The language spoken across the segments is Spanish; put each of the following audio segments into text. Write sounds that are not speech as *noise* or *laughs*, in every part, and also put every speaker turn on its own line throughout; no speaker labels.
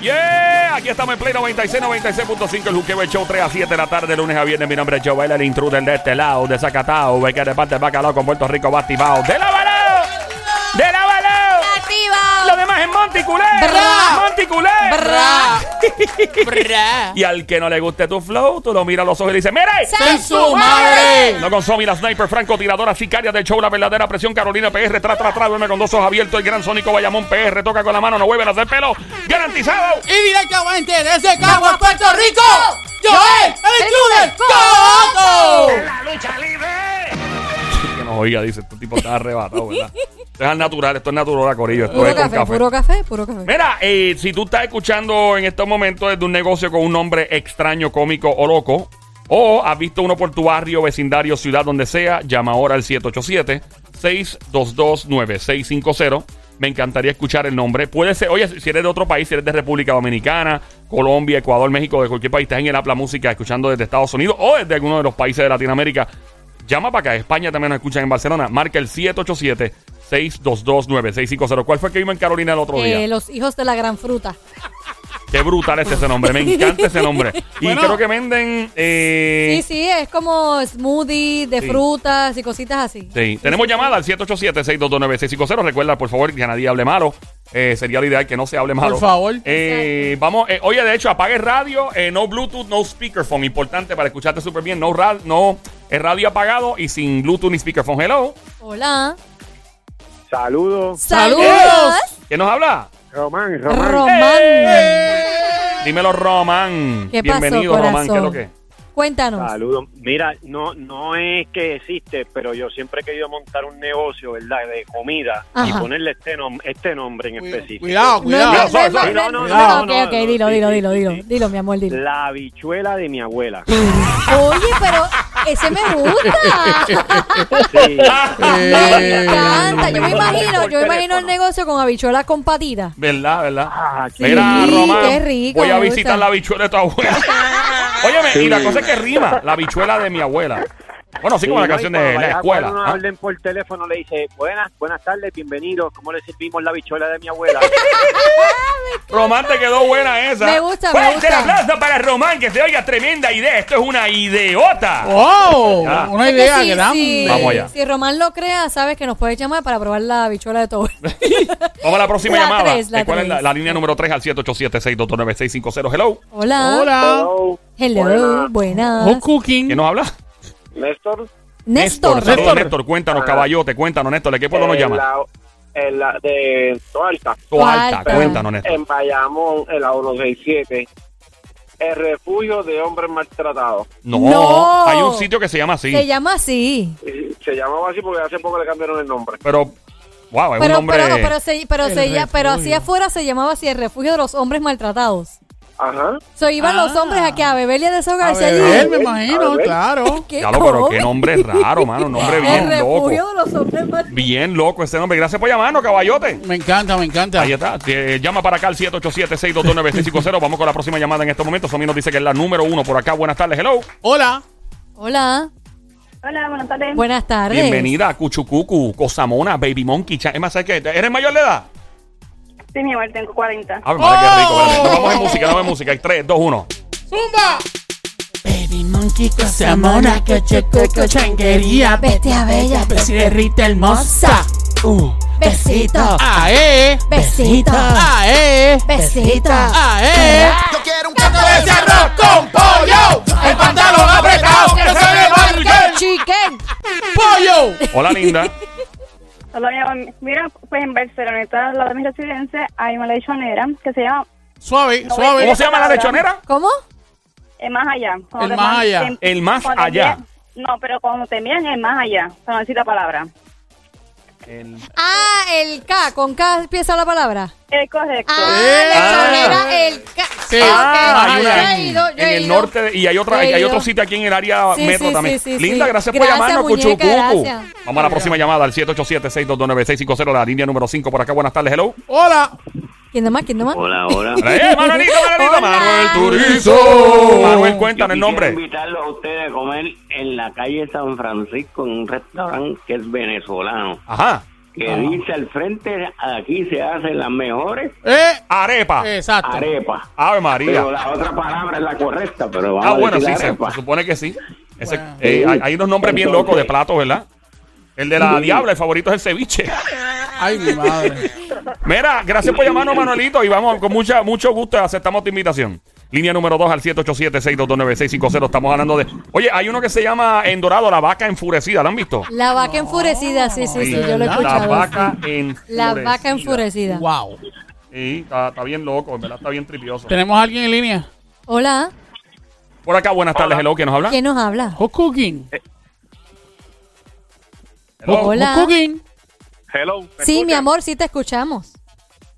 Yeah, aquí estamos en Play 96, 96.5, el Juqueo, el show 3 a 7 de la tarde, lunes a viernes. Mi nombre es Joel, el intruder de este lado, de Zacatao, que de parte de Bacalao con Puerto Rico, Batibao. ¡De la balao! ¡De la balao!
activa.
Lo demás es Monticulé.
Bra.
Monticulé.
Bra. Bra.
Y al que no le guste tu flow, tú lo miras a los ojos y le dices, ¡Mire!
¡San
su madre!
No consumí la sniper, franco, tiradora, sicaria del show, la verdadera presión, Carolina PR, tra, tra, tra, duerme con dos ojos abiertos, el gran sónico Bayamón PR, toca con la mano, no vuelven a hacer pelo, garantizado.
Y directamente desde Caguas, Puerto Rico, Joel, el Jules Coto.
¡Coto!
la lucha libre! *laughs* que nos oiga, dice, este tipo está arrebatado, ¿verdad? Esto es al natural, esto es natural, Corillo, esto
Puro
es con
café,
café.
puro café, puro café.
Mira, eh, si tú estás escuchando en estos momentos desde un negocio con un nombre extraño, cómico o loco, o has visto uno por tu barrio, vecindario, ciudad, donde sea, llama ahora al 787-622-9650. Me encantaría escuchar el nombre. Puede ser, oye, si eres de otro país, si eres de República Dominicana, Colombia, Ecuador, México, de cualquier país, estás en el Apla Música escuchando desde Estados Unidos o desde alguno de los países de Latinoamérica, llama para acá. España también nos escuchan en Barcelona. Marca el 787-622-9650. ¿Cuál fue el que vimos en Carolina el otro día?
Eh, los hijos de la gran fruta.
Qué brutal es ese nombre. Me encanta ese nombre. Y
Bueno.
creo que venden. eh,
Sí, sí, es como smoothie de
Sí.
frutas y cositas así.
sí. Tenemos llamada al 787-622-9650. Recuerda, por favor, que a nadie hable malo. Eh, sería lo ideal que no se hable malo.
Por favor.
Eh, vamos, eh, oye, de hecho, apague radio, eh, no Bluetooth, no speakerphone. Importante para escucharte súper bien. No, ra- no eh, radio apagado y sin Bluetooth ni speakerphone. Hello.
Hola.
Saludos,
Saludos.
¿Quién nos habla?
Román, Román.
Román.
Dímelo, Román.
¿Qué pasó,
Bienvenido, Román. ¿Qué es lo
corazón?
que?
Cuéntanos.
Saludos. Mira, no, no es que existe, pero yo siempre he querido montar un negocio, ¿verdad?, de comida y
Ajá.
ponerle este, nom- este nombre en específico.
Cuidado,
No, no,
cuidado.
Cuidado,
no,
suave,
no, no,
suave.
no,
No, no,
Ok, ok,
no, no,
dilo,
sí,
dilo,
sí,
dilo,
sí.
dilo, dilo, mi amor, dilo.
La habichuela de mi abuela.
Oye, pero ese me gusta.
Sí.
Me encanta. Yo me
Eh.
imagino, yo me
Por
imagino el
teléfono.
negocio con habichuelas con patitas.
¿Verdad, verdad?
Ah, sí.
Mira,
Sí,
Román,
qué rico,
voy a
me gusta.
visitar la bichuela de tu
*laughs*
abuela. Óyeme, y la cosa es que rima, la bichuela de mi abuela. Bueno, sí, como la
Sí, ¿no?
canción
Y cuando
de la
vayas a
escuela.
hacer Una
¿ah?
orden por teléfono le dice, buenas, buenas tardes, bienvenidos, ¿cómo le servimos la bichuela de mi abuela?
Román, te quedó buena esa.
Me gusta, me
Fuerte
gusta.
el aplauso para Román, que se oiga tremenda idea. Esto es una ideota.
¡Wow!
Ah.
Una
Es que
idea
sí,
grande.
sí.
Vamos allá.
Si Román lo crea, sabes que nos puedes llamar para probar la habichuela
*laughs*
de todo.
Vamos a la próxima
La
llamada.
tres, la
Eh, ¿Cuál es la,
tres.
la línea número 3 al 787-622-9650? Hello.
Hola.
Hola.
Hello.
Hello,
Buenas.
buenas.
Home cooking.
¿Quién nos habla?
Néstor.
Mm. Néstor.
Saludos, Néstor.
Néstor.
Cuéntanos,
Ah.
caballote. Cuéntanos, Néstor. ¿De qué pueblo nos
En
llama?
la- en la de Toalta.
Tu alta.
Alta.
Cuéntanos, Néstor.
en Bayamón, en la 167, el refugio de hombres maltratados.
No,
No.
Hay un sitio que se llama así.
Se llama así.
Y Se llamaba así porque hace poco le cambiaron el nombre.
Pero, wow, es un
Pero,
nombre...
pero, pero, se, pero,
El
se, ya- pero así
refugio.
afuera se llamaba así el refugio de los hombres maltratados.
Ajá.
So, iban
Ah.
los hombres aquí a beber y a
A
desahogarse
ver,
allí.
me
A
imagino,
ver.
claro.
¿Qué
Ya lo, pero
cojones?
qué nombre raro, mano. Un nombre
*laughs* El
bien loco.
refugio de los hombres maltratados.
Bien loco ese nombre. Gracias por llamarnos, caballote.
Me encanta, me encanta.
Ahí está. Eh, llama para acá al 787-622-9650. Vamos con la próxima llamada en estos momentos. Somi nos dice que es la número uno por acá. Buenas tardes, hello.
Hola.
Hola.
Hola, buenas tardes.
Buenas tardes.
Bienvenida, Cuchucucu, Cosamona, Baby Monkey. Cha- Es más, ¿sabes qué? ¿Eres mayor de edad?
Sí, mi amor, tengo 40.
Ah, madre, qué rico.
¡Oh!
Espérate. Nos vamos en música, nos vamos en música. 3, 2, 1.
¡Zumba! Baby monkey, cosa mona, coche, coco, changuería.
Bestia bella,
Rita hermosa. Uh,
besito,
¡Ae!
besito, Ah,
¡Ae!
besito. eh.
¡Ae!
Yo quiero un
¡Caco de ese arroz con pollo! ¡El pantalón apretado que se le marque el
Chicken.
pollo!
Hola,
*laughs*
linda.
Hola, mi amor. Mira, pues en Barcelona, está al lado de mi residencia, hay una lechonera que se llama
*laughs* Suave,
¿Cómo
suave.
se llama la lechonera?
¿Cómo?
El Más Allá. Cuando
El
te
Más
man-
Allá.
te-
El Más
cuando te
Allá.
envían- em, no, pero cuando te envían el Más Allá, para no decir la palabra.
Ah, el K. ¿Con K empieza la palabra?
Es correcto.
Ah,
Eh.
lechonera, el K.
Sí.
Ok,
Ah,
hay
yo
ayuda.
he ido, yo
en
he
el
ido.
norte de- y hay otra
Yo he
hay
ido.
otro sitio aquí en el área
Sí,
metro
sí,
también.
sí, sí,
Linda,
sí.
gracias,
Gracias,
por llamarnos,
muñeca,
Cuchucucu.
gracias.
Vamos a la próxima llamada al 787-622-9650, la línea número 5 por acá. Buenas tardes, hello.
Hola.
¿Quién demás? ¿Quién demás?
Hola, hola.
¡Eh, Manuelito, Manuelito!
Hola.
¡Manuel Turizo! Manuel, cuéntanos el nombre.
invitarlo a ustedes a comer en la calle San Francisco en un restaurante que es venezolano.
Ajá.
que
Ah.
dice al frente, aquí se hacen las mejores
Eh,
Arepa.
exacto.
arepas.
Ave María.
Pero la otra palabra es la correcta, pero vamos
Ah,
a
bueno,
decir
sí, se,
arepa.
se supone que sí. Ese-
Wow.
eh, hay, hay unos nombres bien locos de
Entonces-
platos, ¿verdad? El de la
Sí.
diabla, el favorito es el ceviche.
Ay, mi madre. *laughs*
Mira, gracias por llamarnos, Manuelito, y vamos con mucha, mucho gusto, aceptamos tu invitación. Línea número 2 al 787-622-9650. Estamos hablando de. Oye, hay uno que se llama En Dorado, la vaca enfurecida. ¿La han visto?
La vaca enfurecida, sí, sí, sí, yo lo he
La
escuchado.
La
sí.
vaca enfurecida.
La vaca enfurecida.
Wow.
Sí, está, está bien loco, en verdad, está bien tripioso.
¿Tenemos a alguien en línea?
Hola,
Por acá, buenas tardes, hello, ¿quién nos habla?
¿quién nos habla?
Who's cooking?
Hello.
Hola.
Who's cooking?
Hello. ¿me
Sí,
escuchan?
mi amor, sí te escuchamos.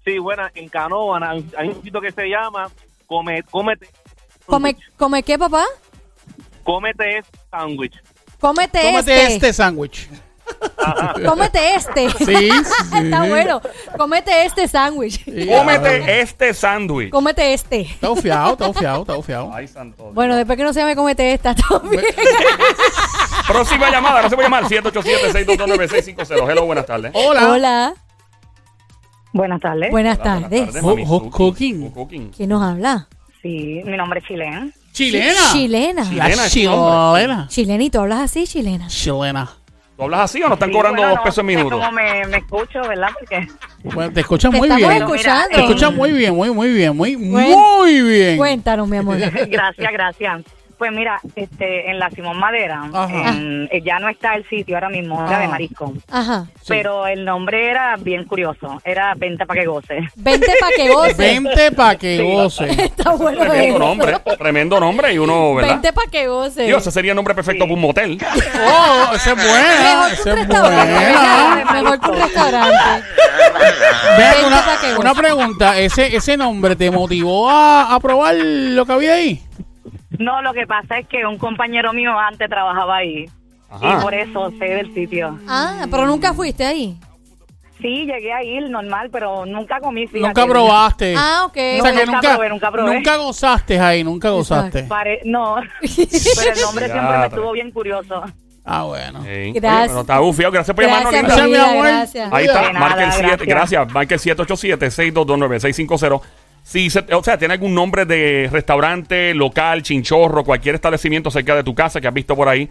Sí, buena, en Canóvana hay un sitio que se llama Come, Cómete.
¿Come, come qué, papá?
Cómete este sándwich.
Cómete,
Tómate
este.
este sándwich. *laughs*
Cómete este.
Sí, sí.
Está bueno. Cómete este sándwich.
Cómete este sándwich.
Cómete este.
Está ofiado, está ofiado, está ofiado.
Ay, santo.
Bueno, después que no se me comete esta, *laughs* también.
Próxima llamada, no se puede llamar. 787-622-9650. Hello, buenas tardes.
Hola.
Hola,
Buenas tardes.
buenas
Hola,
tardes.
mami
Hot
Suki.
cooking.
Hot cooking.
¿Quién nos habla?
Sí, mi nombre es Chilena.
Chilena.
Chilena.
Chile- Chilena,
La
este hombre.
chilena.
Chilena, ¿y tú hablas así, chilena?
Chilena.
¿Tú hablas así o nos están
Sí,
cobrando
bueno,
dos pesos el
no sé
minuto?
cómo me, me escucho, ¿verdad? Porque
*laughs* Bueno, te escuchas
Te
muy
estamos
bien.
escuchando.
Te escuchas muy bien, muy, muy bien, muy,
Bueno.
muy bien.
Cuéntanos, mi amor.
Gracias, gracias. Pues mira, este, en la Simón Madera,
Ajá.
en- eh, ya no está el sitio ahora mismo, era
Ah.
de marisco.
Ajá.
Sí.
Pero el nombre era bien curioso, era Venta para que goce. *laughs*
Vente para que goce.
Vente pa' que goce.
*laughs* Está bueno
Tremendo
eso.
nombre, tremendo nombre y uno, ¿verdad?
Vente para que goce.
Dios, ese sería el nombre perfecto para un motel.
Oh, esa es buena.
Mejor que
Esa
un
es
restaurante.
buena.
¿verdad? Mejor que un restaurante.
Vean,
Vente pa' que
una,
goce.
una pregunta. ¿Ese, ¿Ese nombre te motivó a, a probar lo que había ahí?
No, lo que pasa es que un compañero mío antes trabajaba ahí y por eso sé del sitio.
Ah, pero nunca fuiste ahí.
Sí, llegué a ir normal, pero nunca comí. fíjate.
Nunca probaste.
Ah,
O
ok.
sea que
Nunca
nunca,
probé, nunca probé.
nunca gozaste ahí, nunca gozaste.
Pare-
*laughs*
no, pero el nombre siempre
Ya,
me
pero-
estuvo bien curioso.
Ah, bueno.
Sí.
Gracias.
Oye, pero está bufiado. Gracias por llamarnos,
Gracias,
Gracias,
linda.
mi
mi
vida,
amor.
gracias. Ah,
Ahí está,
De nada,
marca el 7,
gracias.
gracias, marca el 787-622-9650. Si se- o sea, tiene algún nombre de restaurante, local, chinchorro, cualquier establecimiento cerca de tu casa que has visto por ahí.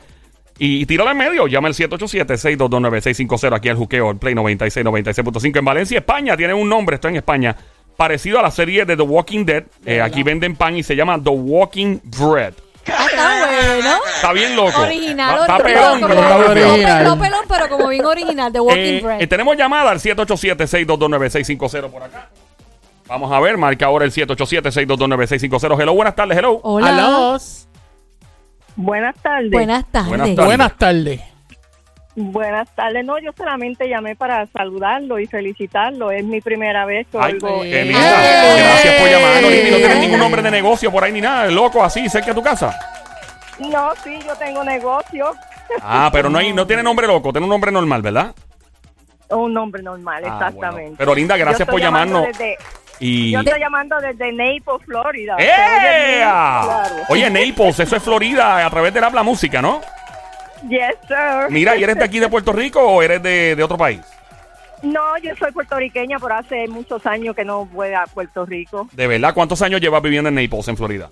Y, y tírala en medio, llama al 787-622-9650 aquí al Juqueo, el Play 96, 96.5 en Valencia, España. Tiene un nombre, esto en España, parecido a la serie de The Walking Dead. Eh, aquí venden pan y se llama The Walking Bread.
Ah, está bueno.
Está bien loco.
Original,
Está, está
original.
pelón,
como-
pero está
no
bien pelón.
original.
pelón, pelón, pero como bien original, de Walking
Eh,
Bread.
eh, tenemos llamada al 787-622-9650 por acá. Vamos a ver, marca ahora el 787-622-9650. Hello, buenas tardes, hello.
Oh,
Hola.
Alos.
Buenas tardes.
Buenas tardes.
Buenas tardes.
Buenas tardes.
Buenas tardes. No, yo solamente llamé para saludarlo y felicitarlo. Es mi primera vez que
Ay,
oigo-
qué
eh,
linda.
eh,
Gracias por llamarnos, Lili. No tienes
eh,
ningún nombre de negocio por ahí ni nada. Loco, así, cerca de tu casa.
No, sí, yo tengo negocio.
Ah, pero no, hay, no tiene nombre loco, tiene un nombre normal, ¿verdad?
Un nombre normal,
Ah, bueno.
exactamente.
Pero linda,
Yo
gracias
estoy
por
llamando
llamarnos.
desde-
Y...
Yo estoy llamando desde Naples, Florida. Se oye bien
¡Ea!
claro.
Oye, Naples, eso es Florida, a través de la Habla Música, ¿no?
Yes, sir.
Mira, ¿y eres de aquí de Puerto Rico o eres de, de otro país?
No, yo soy puertorriqueña, pero hace muchos años que no voy a Puerto Rico.
De verdad, ¿cuántos años llevas viviendo en Naples, en Florida?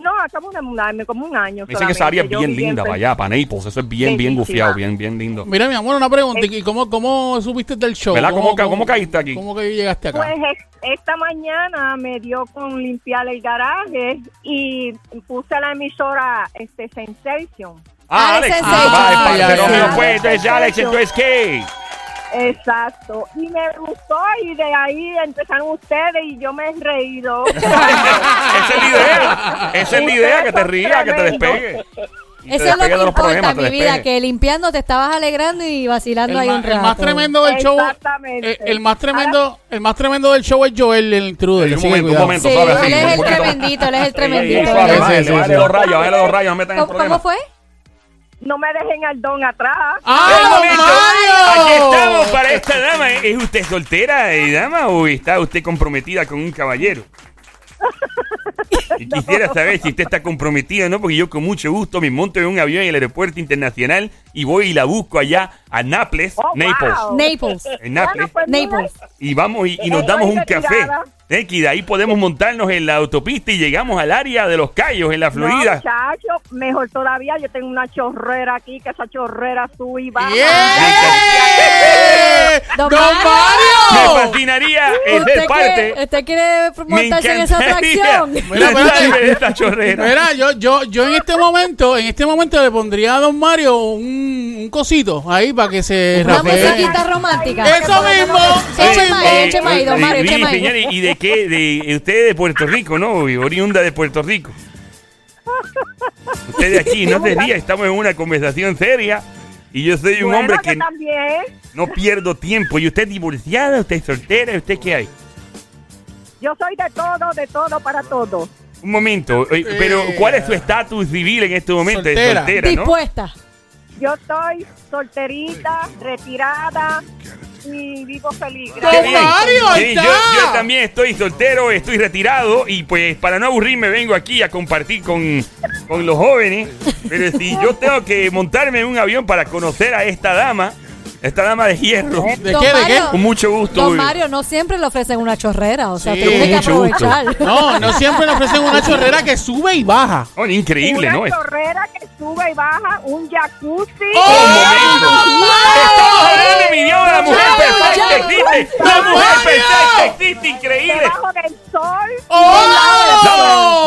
No, acabo de mudarme como un año.
Me dicen que esa área es
solamente. Yo
bien
viví en
linda,
Pe-
vaya, para Naples. Eso es bien, bien
Bellísima.
gufiado, bien, bien lindo.
Mira, mi amor, una pregunta. ¿Y cómo, cómo supiste del show?
¿Verdad? ¿Cómo ca- cómo caíste aquí?
¿Cómo que llegaste acá?
Pues es- esta mañana me dio con limpiar el garaje y puse la emisora este Sensation.
Ah,
Alex
Alex,
es
ah,
ella.
vale,
Ah,
parce,
ya,
no me
ya.
lo fue. Entonces, Alex, entonces,
*laughs*
¿qué?
Exacto. Y me gustó y de ahí empezaron ustedes y yo me he
*laughs*
reído.
Esa es la idea. Esa es la idea, que te rías, que te
Tremendo.
despegue. Y te
Eso es lo
despegue
que
de los
importa,
problemas, te
mi vida,
despegue.
que limpiando te estabas alegrando y vacilando ahí
ma-
un rato.
más tremendo del show.
Exactamente.
eh, el más tremendo, el más tremendo del show es Joel, el intruder. que
Sí, Eh, un
sigue
momento, un
cuidado.
momento,
Sí,
suave, así,
él es
un
el
poquito.
tremendito, él es el
Ey,
tremendito.
Sí, sí,
suave, bájale,
sí,
bájale
sí.
los rayos, bájale los rayos, no me metan en
¿Cómo, cómo
problemas.
fue?
No me dejen al don atrás.
¡Qué
¡Ah,
bonito! Eh, Aquí
Mario!
estamos para esta dama. ¿Es
*laughs*
usted soltera, eh, dama, o está usted comprometida con un caballero? Y quisiera saber si usted está comprometida o no, porque yo con mucho gusto me monto en un avión en el aeropuerto internacional y voy y la busco allá a Naples,
Oh,
Naples.
wow.
Naples.
En Nápoles.
pues mira,
Naples.
Y vamos y, y
Eh,
nos damos
voy
un
retirada.
café. ¿eh? Que de ahí podemos montarnos en la autopista y llegamos al área de los Cayos, en la
No,
Florida.
muchacho, mejor todavía. Yo tengo una chorrera aquí, que esa chorrera sube y baja.
¡Yeah!
Don
¡Don
Mario.
me
Mario!
fascinaría eh,
¿Usted,
ser
quiere-
parte.
usted quiere
Me
montarse en esa
encantaría.
atracción?
Mira,
espérate.
en esta chorrera.
Mira, yo, yo, yo en este momento, en este momento le pondría a Don Mario un, un cosito ahí para que se
Una
rapee.
musiquita romántica.
¡Eso mismo! ¡Eso
Eche
Eh,
maíz,
eh,
mismo!
eche maíz, don
eh,
Mario, eche
sí,
maíz.
señores, ¿Y de qué? De, usted de Puerto Rico, ¿no? Oriunda de Puerto Rico. Usted de aquí,
*laughs*
no te rías, estamos en una conversación seria. Y yo soy un
Bueno,
hombre
yo
que
también.
no pierdo tiempo. ¿Y usted es divorciada? ¿Usted es soltera? ¿Usted qué hay?
Yo soy de todo, de todo, para todo.
Un momento, eh,
Eh.
pero ¿cuál es su estatus civil en este momento? Es
Soltera.
soltera, ¿no?
Dispuesta.
Yo estoy solterita, retirada y vivo feliz.
Qué
Don
bien.
Mario, ahí
Sí, yo,
está.
yo también estoy soltero, estoy retirado y pues para no aburrirme vengo aquí a compartir con, con los jóvenes. Pero si yo tengo que montarme en un avión para conocer a esta dama, esta dama de hierro,
¿De
Don
qué? ¿De
Mario.
qué?
con mucho gusto.
Don Mario, no siempre le ofrecen una chorrera, o sea,
Sí,
te tienes que
mucho gusto.
aprovechar.
No, no siempre le ofrecen una chorrera que sube y baja.
Oh, increíble,
una
¿no? Es-
chorrera que sube y baja, un jacuzzi.
¡Un
¡Oh!
momento! Estamos hablando de mi idioma, la mujer
Mario,
perfecta
ya.
existe. La
Don
mujer
Mario.
perfecta existe, increíble.
Debajo del sol.
¡Oh!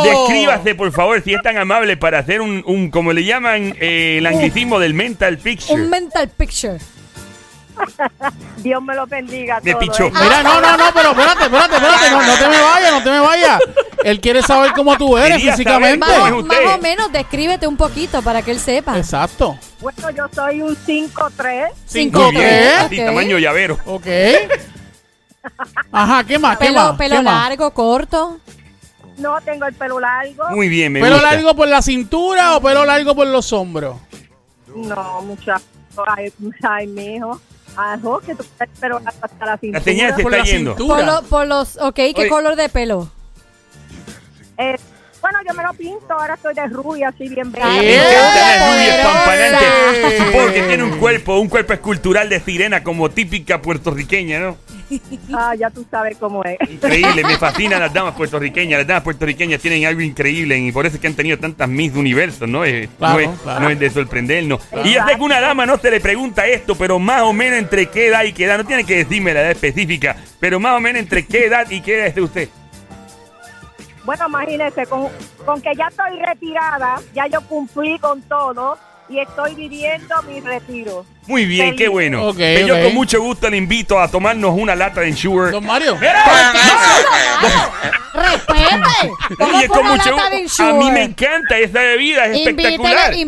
¡Oh!
Descríbase, por favor, si es tan amable para hacer un, un como le llaman eh, el anglicismo del mental picture.
Un mental picture.
Dios me lo bendiga. a
Me
todos,
pichó.
¿eh?
Mira, no, no, no, pero espérate, espérate, espérate. No, no te me vayas, no te me vayas. Él quiere saber cómo tú eres
Quería
físicamente.
saber cómo
Más,
usted?
más o menos, descríbete un poquito para que él sepa.
Exacto.
Bueno, yo soy un 5'3".
Cinco,
Muy bien.
¿qué?
Así, tamaño llavero.
Ok. Ajá, ¿qué más? ¿Qué más?
Pelo, pelo
¿Qué más?
largo, corto.
No tengo el pelo largo.
Muy bien, me
¿Pelo
gusta.
largo por la cintura o pelo largo por los hombros?
No, muchacho. Ay, ay, mijo. Ajo, que tú tienes el pelo largo hasta la cintura.
La señal se
Por
está
la
yendo.
Por,
cintura.
lo- por los, ok, ¿qué
Oye.
color de pelo?
Eh, bueno, yo me lo pinto. Ahora estoy de rubia, así bien
Ah,
bella.
Me encanta la
¡Eh!
rubia espampanante.
¡Eh!
Supongo que tiene un cuerpo, un cuerpo escultural de sirena como típica puertorriqueña, ¿no?
Ah, ya tú sabes cómo es.
Increíble, me fascinan las damas puertorriqueñas. Las damas puertorriqueñas tienen algo increíble y por eso es que han tenido tantas Miss de Universo, ¿no? Es,
Claro,
no, es,
claro.
no es de sorprendernos.
Claro.
Y ya sé que una dama no se le pregunta esto, pero más o menos entre qué edad y qué edad, no tiene que decirme la edad específica, pero más o menos entre qué edad y qué edad es de usted.
Bueno, imagínese, con, con que ya estoy retirada, ya yo cumplí con todo y estoy viviendo mi retiro.
Muy bien,
Feliz.
qué bueno.
Ok,
Pues Yo
ok.
con mucho gusto le invito a tomarnos una lata de Ensure.
Don Mario.
¡Respete! ¿Cómo
Y es
fue
con
una
mucho
lata de
gusto. A mí
Ensure?
me encanta esa bebida, es espectacular.
Invítele,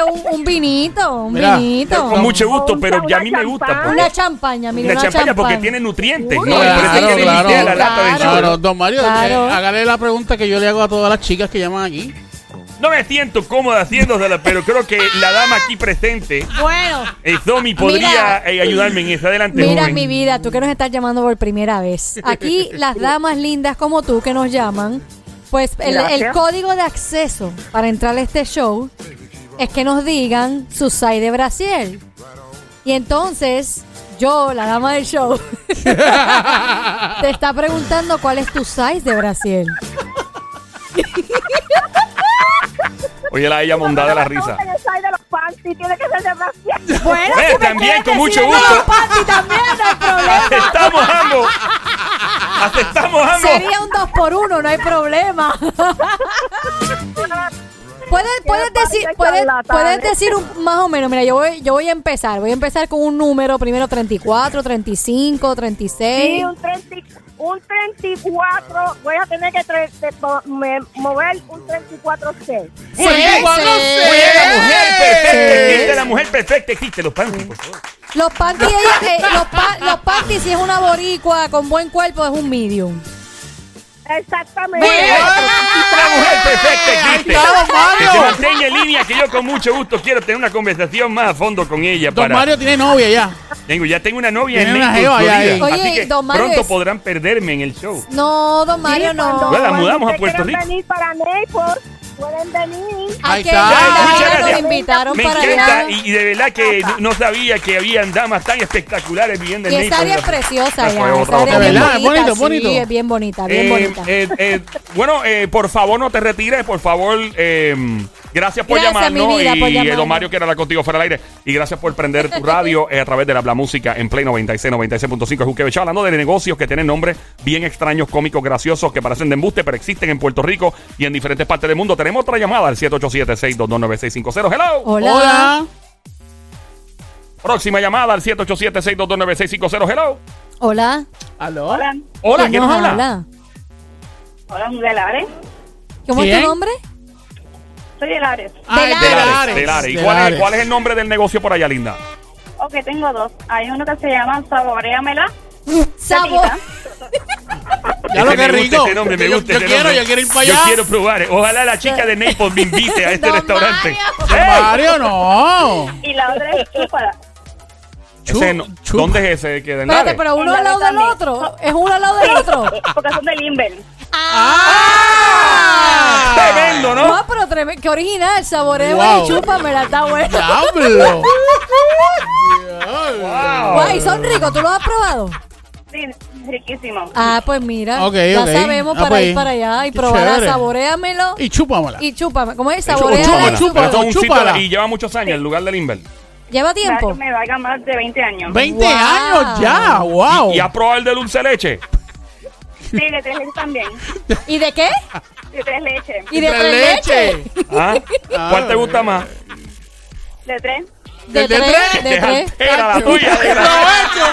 invítele un, un vinito, un
Mira,
vinito.
Con mucho gusto,
Una-
pero ya a mí
una
me gusta. pues.
champán.
porque-
Una champaña, mira,
Una
una,
champaña porque tiene nutrientes. No,
Uy,
Y por eso
claro,
hay que
claro.
limpiar la lata de
Claro.
yogur.
Don Mario, eh,
Claro.
hágale la pregunta que yo le hago a todas las chicas que llaman aquí.
No me siento cómoda haciéndosela, pero creo que la dama aquí presente,
Bueno,
eh, Domi, podría eh, ayudarme en eso. Adelante,
mira
joven.
mi vida, tú que nos estás llamando por primera vez.
*laughs*
Aquí las damas lindas como tú que nos llaman, pues el, el
Gracias.
código de acceso para entrar a este show es que nos digan su size de Brasil. Y entonces yo, la dama del show, *laughs* te está preguntando cuál es tu size de Brasil.
Oye, la ella mondada de la risa.
No, yo soy de los panties, tiene que ser de Brasil.
Bueno,
Eh,
si me
también,
quieres
con mucho
decir
gusto.
no, papi, también no hay problema.
¡Aceptamos ambos! ¡Aceptamos ambos!
Sería un dos por uno, no hay
*laughs*
problema. Puedes, puedes decir, puedes, puedes decir un, más o menos, mira, yo voy, yo voy a empezar, voy a empezar con un número, primero 34, 35,
Sí,
36.
un, 30 un 34, voy a tener que tre- te- mo- me- mover un 34C.
Muy bien, Juan José.
Muy bien, la mujer perfecta existe, la mujer perfecta existe, los panties, por favor.
Los panties, eh, los, pa- los panties, si es una boricua con buen cuerpo, es un medium.
Eh, Exactamente.
La mujer perfecta
Ahí
existe.
estamos,
Que
Mario.
se mantenga en línea, que yo con mucho gusto quiero tener una conversación más a fondo con ella.
Don
para...
Mario tiene novia ya.
Tengo, ya tengo una novia en
Tiene una
Naples,
jeva ya
Florida.
ahí.
Así
Oye,
que
don Mario,
pronto
es-
podrán perderme en el show.
No, don Mario, no.
Bueno, la mudamos a Puerto Rico.
Pueden venir para Naples, pueden venir.
Hay
Ahí
que
está.
invitar,
Muchas
nos
gracias.
invitaron
Me
para
encanta
allá.
y, y de verdad que no, no sabía que habían damas tan espectaculares viviendo en
Y esa área es
Naples.
preciosa
Esa
ya.
fue
esa
otra,
área
otra.
bien
¿Verdad? Es
bonita,
bonito,
sí,
bonito.
es bien bonita, bien
Eh,
bonita.
eh, eh, bueno, eh, por favor no te retires, por favor. eh, gracias por
Gracias,
llamarnos
mi vida,
y
por
eh,
llamarnos. Este
don Mario que era la contigo fuera al aire y gracias por prender tu radio eh, a través de la Habla Música en Play 96 96.5 es Juqueo Chao, hablando de negocios que tienen nombres bien extraños, cómicos, graciosos que parecen de embuste pero existen en Puerto Rico y en diferentes partes del mundo. Tenemos otra llamada al 787 6229650. Hello.
Hola.
Hola.
Próxima llamada al 787 6229650. Hello.
Hola.
¿Aló?
Hola, ¿quién nos habla?
Hola, soy de Lares.
¿Cómo es
¿Quién?
tu nombre?
Soy de Lares.
Ah, es de
Telares.
Lares.
de Lares. ¿Y
De
cuál,
Lares.
Es, cuál es el nombre del negocio por allá, linda?
Ok, tengo dos. Hay uno que se llama Saboreamela.
Sabor.
Ya lo
Este
que
me gusta
rico.
este nombre, me
Yo-
gusta
yo
este
quiero,
nombre.
yo quiero ir para
Yo
allá.
quiero probar. Ojalá la chica de Naples me invite a este
Don
restaurante.
Mario.
¡Ey!
Mario,
*laughs*
no.
Y la otra es Chúpala.
Ese no-
Chu- chu-
¿Dónde es ese? Que de
Espérate,
Lares?
pero uno
Hola,
al lado del
también.
otro. Es uno al lado del otro.
*laughs*
Porque son del Inver.
¡Ah!
Tremendo, ¿no?
No, pero tremendo. Qué original. Saboreo
Wow.
y chúpamela. Está bueno.
¡Diablo!
Wow.
*laughs* Guay, son ricos. ¿Tú los has probado?
Sí, riquísimo.
Ah, pues mira.
Ok,
ya
ok.
sabemos
Ah,
para
pues,
ir para allá y
qué
probar.
chévere.
Saboreamelo
Y chúpamela.
y chúpame. ¿Cómo es?
Chu-
Saboreala
chúpala.
y
Chúpala, chúpala.
Pero esto es un sitio
chúpala.
de- y lleva muchos años el lugar del Inver.
Lleva
Ya que
tiempo.
me valga más de 20 años.
20
Wow.
años ya, wow.
¿Y has probado el de dulce leche?
Sí, de tres leches también.
¿Y de qué?
De tres leches.
¿Y de
Tres
tres
leches.
leches?
*laughs*
¿Ah?
Ah,
¿Cuál te gusta más?
De tres.
De
¿De
tres.
tres?
De tres.
Era la tuya. de la-
*laughs*
Provecho.